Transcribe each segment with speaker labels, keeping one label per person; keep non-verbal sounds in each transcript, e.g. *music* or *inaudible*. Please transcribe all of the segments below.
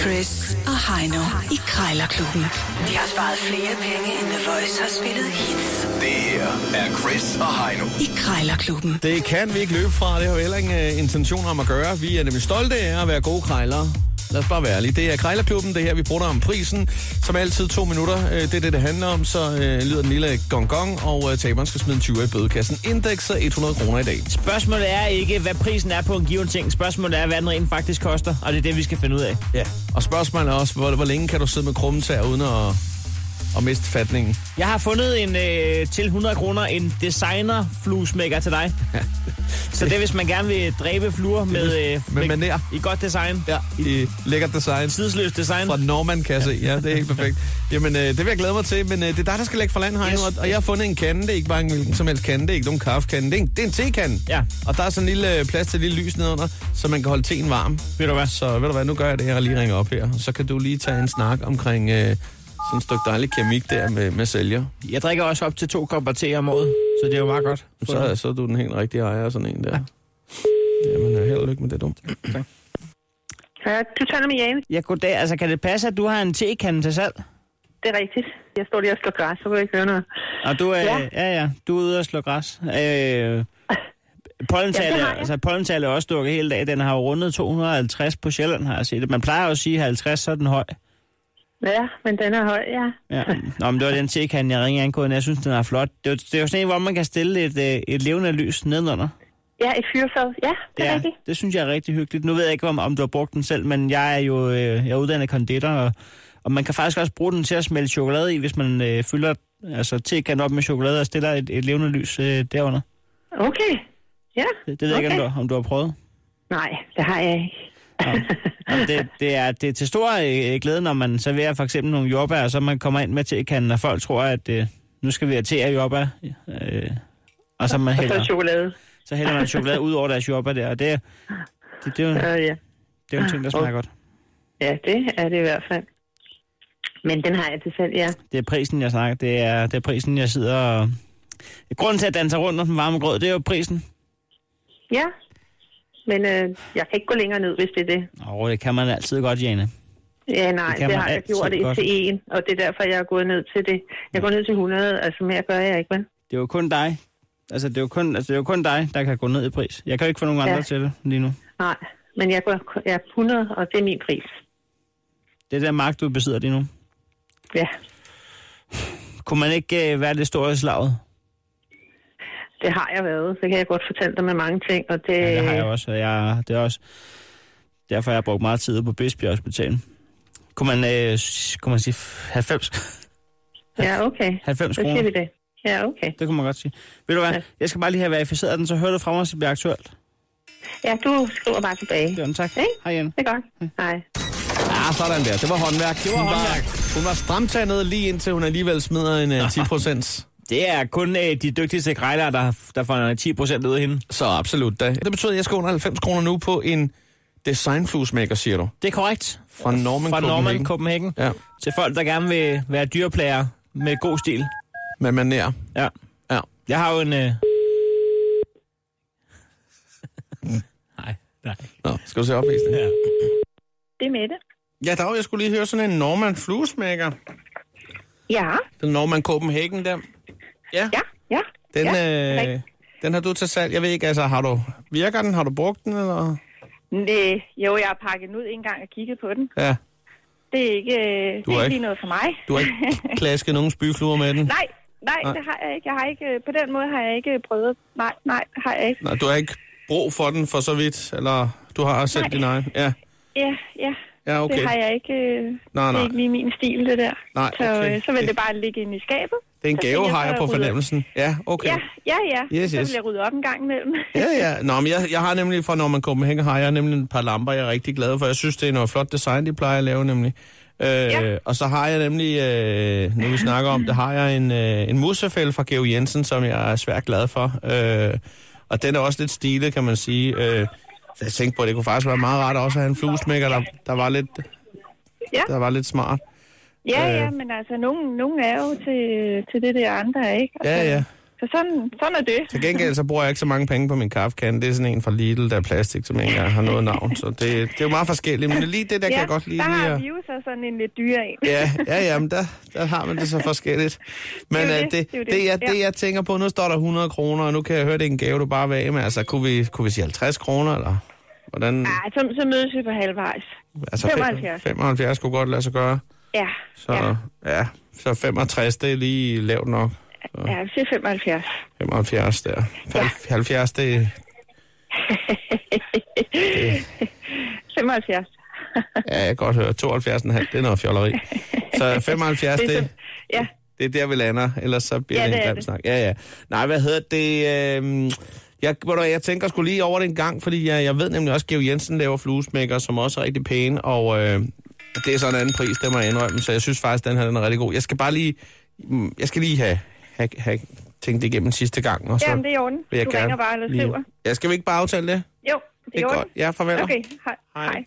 Speaker 1: Chris og Heino i Krejlerklubben. De har sparet flere penge, end The Voice har spillet hits
Speaker 2: Det her er Chris og Heino.
Speaker 1: i Krejlerklubben.
Speaker 3: Det kan vi ikke løbe fra. Det har vi heller ingen øh, intentioner om at gøre. Vi er nemlig stolte af at være gode krejlere. Lad os bare være ærlige. Det er Krejlerklubben. Det er her, vi bruger om prisen. Som altid to minutter. Øh, Det er det, det handler om. Så øh, lyder den lille gong gong, og øh, taberen skal smide en 20 i bødekassen. Indekser 100 kroner i dag.
Speaker 4: Spørgsmålet er ikke, hvad prisen er på en given ting. Spørgsmålet er, hvad den rent faktisk koster, og det er det, vi skal finde ud af.
Speaker 3: Ja. Og spørgsmålet er også, hvor, hvor længe kan du sidde med krummetær uden at, at miste fatningen?
Speaker 4: Jeg har fundet en øh, til 100 kroner en designer fluesmækker til dig. Så det er, hvis man gerne vil dræbe fluer med, øh,
Speaker 3: med manér.
Speaker 4: i godt design.
Speaker 3: Ja, i lækkert design.
Speaker 4: Tidsløst design.
Speaker 3: Fra Norman, kan jeg se. Ja, det er helt perfekt. Jamen, øh, det vil jeg glæde mig til, men øh, det er dig, der skal lægge for land, Heino,
Speaker 4: Yes.
Speaker 3: og, og jeg har fundet en kande. Det er ikke bare en hvilken som helst kande, det er ikke nogen kaffekande. Det er en, det er en tekande.
Speaker 4: Ja.
Speaker 3: Og der er sådan en lille øh, plads til et lille lys nedenunder, så man kan holde teen varm.
Speaker 4: Ved du hvad?
Speaker 3: Så ved du hvad, nu gør jeg det her og lige ringer op her. Så kan du lige tage en snak omkring øh, sådan et stykke dejlig keramik der med, med sælger.
Speaker 4: Jeg drikker også op til to kopper te om året, så det er jo meget godt.
Speaker 3: Så, så er du den helt rigtige ejer af sådan en der. Jamen, øh, held og lykke med det, du.
Speaker 5: Ja, du taler med Jane.
Speaker 4: Ja, goddag. Altså, kan det passe, at du har en tekande til salg?
Speaker 5: Det er rigtigt. Jeg står lige og slår græs, så kan jeg ikke høre noget.
Speaker 4: Og du er, ja.
Speaker 5: Ja.
Speaker 4: ja, ja, du er ude og slå græs. Øh,
Speaker 5: Ja, det
Speaker 4: pollentallet,
Speaker 5: har
Speaker 4: ja,
Speaker 5: jeg.
Speaker 4: altså, pollentallet er også dukket hele dagen. Den har jo rundet 250 på Sjælland, har jeg set. Man plejer jo at sige 50, så er den høj.
Speaker 5: Ja, men den er høj, ja.
Speaker 4: Ja. Nå, men det var den tekan, jeg ringede angående. Jeg synes, den er flot. Det er, jo- det er jo sådan en, hvor man kan stille et, øh, et levende lys nedenunder.
Speaker 5: Ja, et fyrfad. Ja, det er
Speaker 4: Ja,
Speaker 5: rigtigt.
Speaker 4: det synes jeg er rigtig hyggeligt. Nu ved jeg ikke, om, om du har brugt den selv, men jeg er jo øh, jeg er uddannet konditor, og, og man kan faktisk også bruge den til at smelte chokolade i, hvis man øh, fylder altså, tekan op med chokolade og stiller et, et levende lys øh, derunder.
Speaker 5: Okay. Ja,
Speaker 4: Det, det ved jeg
Speaker 5: okay.
Speaker 4: ikke, om du, om du har prøvet.
Speaker 5: Nej, det har jeg ikke.
Speaker 4: Nå. Jamen, det, det, er, det er til stor øh, glæde, når man serverer for eksempel nogle jordbær, og så man kommer ind med tekanden, og folk tror, at øh, nu skal vi have te af jordbær. Øh, og så, man
Speaker 5: Og så er
Speaker 4: hælder,
Speaker 5: chokolade.
Speaker 4: så hælder man chokolade ud over deres jordbær der, og det, er- det, det, er, jo, det
Speaker 5: Ja, Øh, ja.
Speaker 4: er jo en ting, der smager godt.
Speaker 5: ja, det er det i hvert fald. Men den har jeg til selv, ja.
Speaker 4: Det er prisen, jeg snakker. Det er, det er prisen, jeg sidder og... Grunden til at danse rundt om den varme grød, det er jo prisen.
Speaker 5: Ja, men øh, jeg kan ikke gå længere ned, hvis det er det.
Speaker 4: Åh, det kan man altid godt, Jane.
Speaker 5: Ja, nej,
Speaker 4: Det
Speaker 5: det,
Speaker 4: kan
Speaker 5: det
Speaker 4: man
Speaker 5: har jeg
Speaker 4: altid
Speaker 5: gjort
Speaker 4: godt.
Speaker 5: et til en, og det er derfor, jeg er gået ned til det. Jeg går ned til 100, altså mere gør jeg ikke, vel?
Speaker 4: Det er jo kun dig. Altså, det er jo kun, altså, det er jo kun dig, der kan gå ned i pris. Jeg kan jo ikke få nogen andre
Speaker 5: Ja.
Speaker 4: til det lige nu.
Speaker 5: Nej, men jeg går jeg er 100, og det er min pris.
Speaker 4: Det er der magt, du besidder lige nu.
Speaker 5: Ja,
Speaker 4: Kunne man ikke øh, være lidt stor i slaget?
Speaker 5: det har jeg været. Så kan jeg godt fortælle dig med mange ting, og det...
Speaker 4: Ja, det har
Speaker 5: Øh.
Speaker 4: jeg også. og Jeg, det er også derfor, jeg har brugt meget tid på Bisbjerg Hospital. Kunne man, øh, s- kunne man sige f- *laughs* 90,
Speaker 5: Ja, okay.
Speaker 4: 90
Speaker 5: Så siger
Speaker 4: kroner?
Speaker 5: vi det. Ja, okay.
Speaker 4: Det kunne man godt sige. Ved du hvad,
Speaker 5: Ja.
Speaker 4: jeg skal bare lige have verificeret den, så hører du fra mig, så det bliver aktuelt.
Speaker 5: Ja, du skriver bare tilbage.
Speaker 4: Det var den, tak.
Speaker 5: Hey.
Speaker 4: Hej Jan.
Speaker 5: Det er godt. Hej.
Speaker 3: Ja, sådan der. Det var håndværk. Det var håndværk. Hun var stramtandet lige indtil hun alligevel smider en
Speaker 4: *laughs*
Speaker 3: øh, 10 procents.
Speaker 4: Det er kun øh, de dygtigste grejlere, der, der får 10 procent ud af hende.
Speaker 3: Så absolut da. Det betyder, at jeg skal under 90 kroner nu på en designfluesmækker, siger du.
Speaker 4: Det er korrekt.
Speaker 3: Fra Norman
Speaker 4: Fra Norman
Speaker 3: Copenhagen.
Speaker 4: Copenhagen.
Speaker 3: Ja,
Speaker 4: Til folk, der gerne vil være dyreplager med god stil.
Speaker 3: med manér.
Speaker 4: Ja.
Speaker 3: Ja.
Speaker 4: Jeg har jo en... Øh... nej, nej.
Speaker 3: Nå, skal du se opvisning?
Speaker 4: Ja.
Speaker 5: Det er Mette.
Speaker 3: Ja, dag, jeg skulle lige høre sådan en Norman fluesmækker.
Speaker 5: Ja,
Speaker 3: Den Norman Copenhagen der. Ja,
Speaker 5: ja, ja.
Speaker 3: den,
Speaker 5: ja.
Speaker 3: øh,
Speaker 5: rigtig.
Speaker 3: den har du til salg. Jeg ved ikke, altså, har du, virker den? Har du brugt den, eller?
Speaker 6: Næh, jo, jeg har pakket den ud en gang og kigget på den.
Speaker 3: Ja,
Speaker 6: Det er ikke, øh, det
Speaker 3: har
Speaker 6: er ikke
Speaker 3: ikke-
Speaker 6: lige noget for mig.
Speaker 3: du har ikke klasket nogen spyfluer med den?
Speaker 6: *laughs* Nej, nej,
Speaker 3: Nej.
Speaker 6: det har jeg ikke. Jeg har ikke. øh, På den måde har jeg ikke prøvet. Nej, nej, det har jeg ikke.
Speaker 3: Nej, du har ikke brug for den for så vidt, eller du har også
Speaker 6: Nej.
Speaker 3: selv din egen? Ja,
Speaker 6: Ja, ja.
Speaker 3: ja
Speaker 6: Det
Speaker 3: okay.
Speaker 6: har jeg ikke. øh,
Speaker 3: Nej,
Speaker 6: Det er
Speaker 3: nej.
Speaker 6: ikke lige min stil, det der.
Speaker 3: Nej,
Speaker 6: så,
Speaker 3: okay.
Speaker 6: øh, så vil
Speaker 3: Det-
Speaker 6: det bare ligge inde i skabet.
Speaker 3: Det er en
Speaker 6: Så tænker
Speaker 3: gave, har
Speaker 6: så
Speaker 3: jeg på
Speaker 6: rydder-
Speaker 3: fornemmelsen. Ja, okay.
Speaker 6: Ja, ja, ja.
Speaker 3: Yes,
Speaker 6: så
Speaker 3: yes.
Speaker 6: vil jeg rydde op en gang imellem.
Speaker 3: Ja, ja. Nå, men jeg, jeg har nemlig fra Norman Copenhagen, har jeg nemlig et par lamper, jeg er rigtig glad for. Jeg synes, det er noget flot design, de plejer at lave nemlig. Øh, ja. Og så har jeg nemlig, øh, nu vi snakker om det, har jeg en, øh, en musefælde fra Georg Jensen, som jeg er svært glad for. Øh, og den er også lidt stilet, kan man sige. Øh, så jeg tænkte på, at det kunne faktisk være meget rart også at have en fluesmækker, der, der, var lidt,
Speaker 6: Ja.
Speaker 3: der var lidt smart.
Speaker 6: *laughs* ja,
Speaker 3: Øh.
Speaker 6: ja, men altså, nogen, nogen er jo til, til det der, andre er ikke.
Speaker 3: Ja,
Speaker 6: Altså,
Speaker 3: ja.
Speaker 6: Så sådan, sådan er det.
Speaker 3: Til gengæld så bruger jeg ikke så mange penge på min kaffekande. Det er sådan en fra Lidl, der er plastik, som ikke engang har noget navn. Så det, det er jo meget forskelligt, men lige det der ja, kan jeg godt lide.
Speaker 6: der
Speaker 3: lige
Speaker 6: har
Speaker 3: at-
Speaker 6: vi jo så sådan en lidt dyrere en.
Speaker 3: Ja, ja, ja, men der, der har man det så forskelligt. Men
Speaker 6: Det er
Speaker 3: det,
Speaker 6: jo
Speaker 3: det, det, det, det, jeg,
Speaker 6: Ja.
Speaker 3: det, jeg tænker på, nu står der 100 kroner, og nu kan jeg høre, det er en gave, du bare vil af med. Altså, kunne vi, kunne vi sige 50 kroner, eller hvordan?
Speaker 6: Ja, så, så mødes vi på halvvejs.
Speaker 3: altså,
Speaker 6: 75.
Speaker 3: 75 kunne godt lade sig gøre.
Speaker 6: Ja,
Speaker 3: Så, ja. ja. så 65, det er lige lavt nok.
Speaker 6: ja, vi siger 75.
Speaker 3: 75 der. Ja. 70, det,
Speaker 6: *laughs* 75.
Speaker 3: ja, jeg kan godt høre. 72,5, det er noget fjolleri. Så
Speaker 6: *laughs*
Speaker 3: 75,
Speaker 6: Det er
Speaker 3: det,
Speaker 6: så- Ja,
Speaker 3: Det er der, vi lander, ellers så bliver
Speaker 6: Ja,
Speaker 3: ja, det
Speaker 6: det
Speaker 3: en
Speaker 6: er
Speaker 3: grim
Speaker 6: det.
Speaker 3: snak. Ja, ja. Nej, hvad hedder det? Øh, jeg, ved du hvad, jeg tænker sgu lige over det en gang, fordi jeg, jeg ved nemlig også, at Georg Jensen laver fluesmækker, som også er rigtig pæne, og øh, det er sådan en anden pris, det må jeg indrømme, så jeg synes faktisk, den her den er rigtig god. Jeg skal bare lige, mm, jeg skal lige have, have, have tænkt det igennem sidste gang. Og så,
Speaker 6: jamen, det er i orden.
Speaker 3: vil jeg
Speaker 6: Du
Speaker 3: gerne
Speaker 6: ringer bare eller
Speaker 3: lige-
Speaker 6: skriver.
Speaker 3: Ja, skal vi ikke bare aftale det?
Speaker 6: Jo, det er i orden.
Speaker 3: Ja, farvel.
Speaker 6: Okay, hej.
Speaker 3: Hej.
Speaker 6: hej.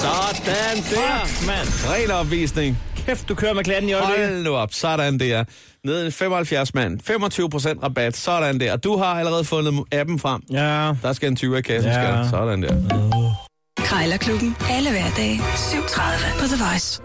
Speaker 3: Sådan der.
Speaker 4: Fuck, mand.
Speaker 3: Regelopvisning.
Speaker 4: Kæft, du kører med klatten i øjeblikket.
Speaker 3: Hold nu op, sådan der. Ned i 75 mand, 25 rabat, sådan der. Du har allerede fundet appen frem.
Speaker 4: Ja.
Speaker 3: Der skal en 20 i kassen,
Speaker 4: Ja.
Speaker 3: ja. Sådan der.
Speaker 1: Krejlerklubben. Alle hverdage. 7.30 på The Voice.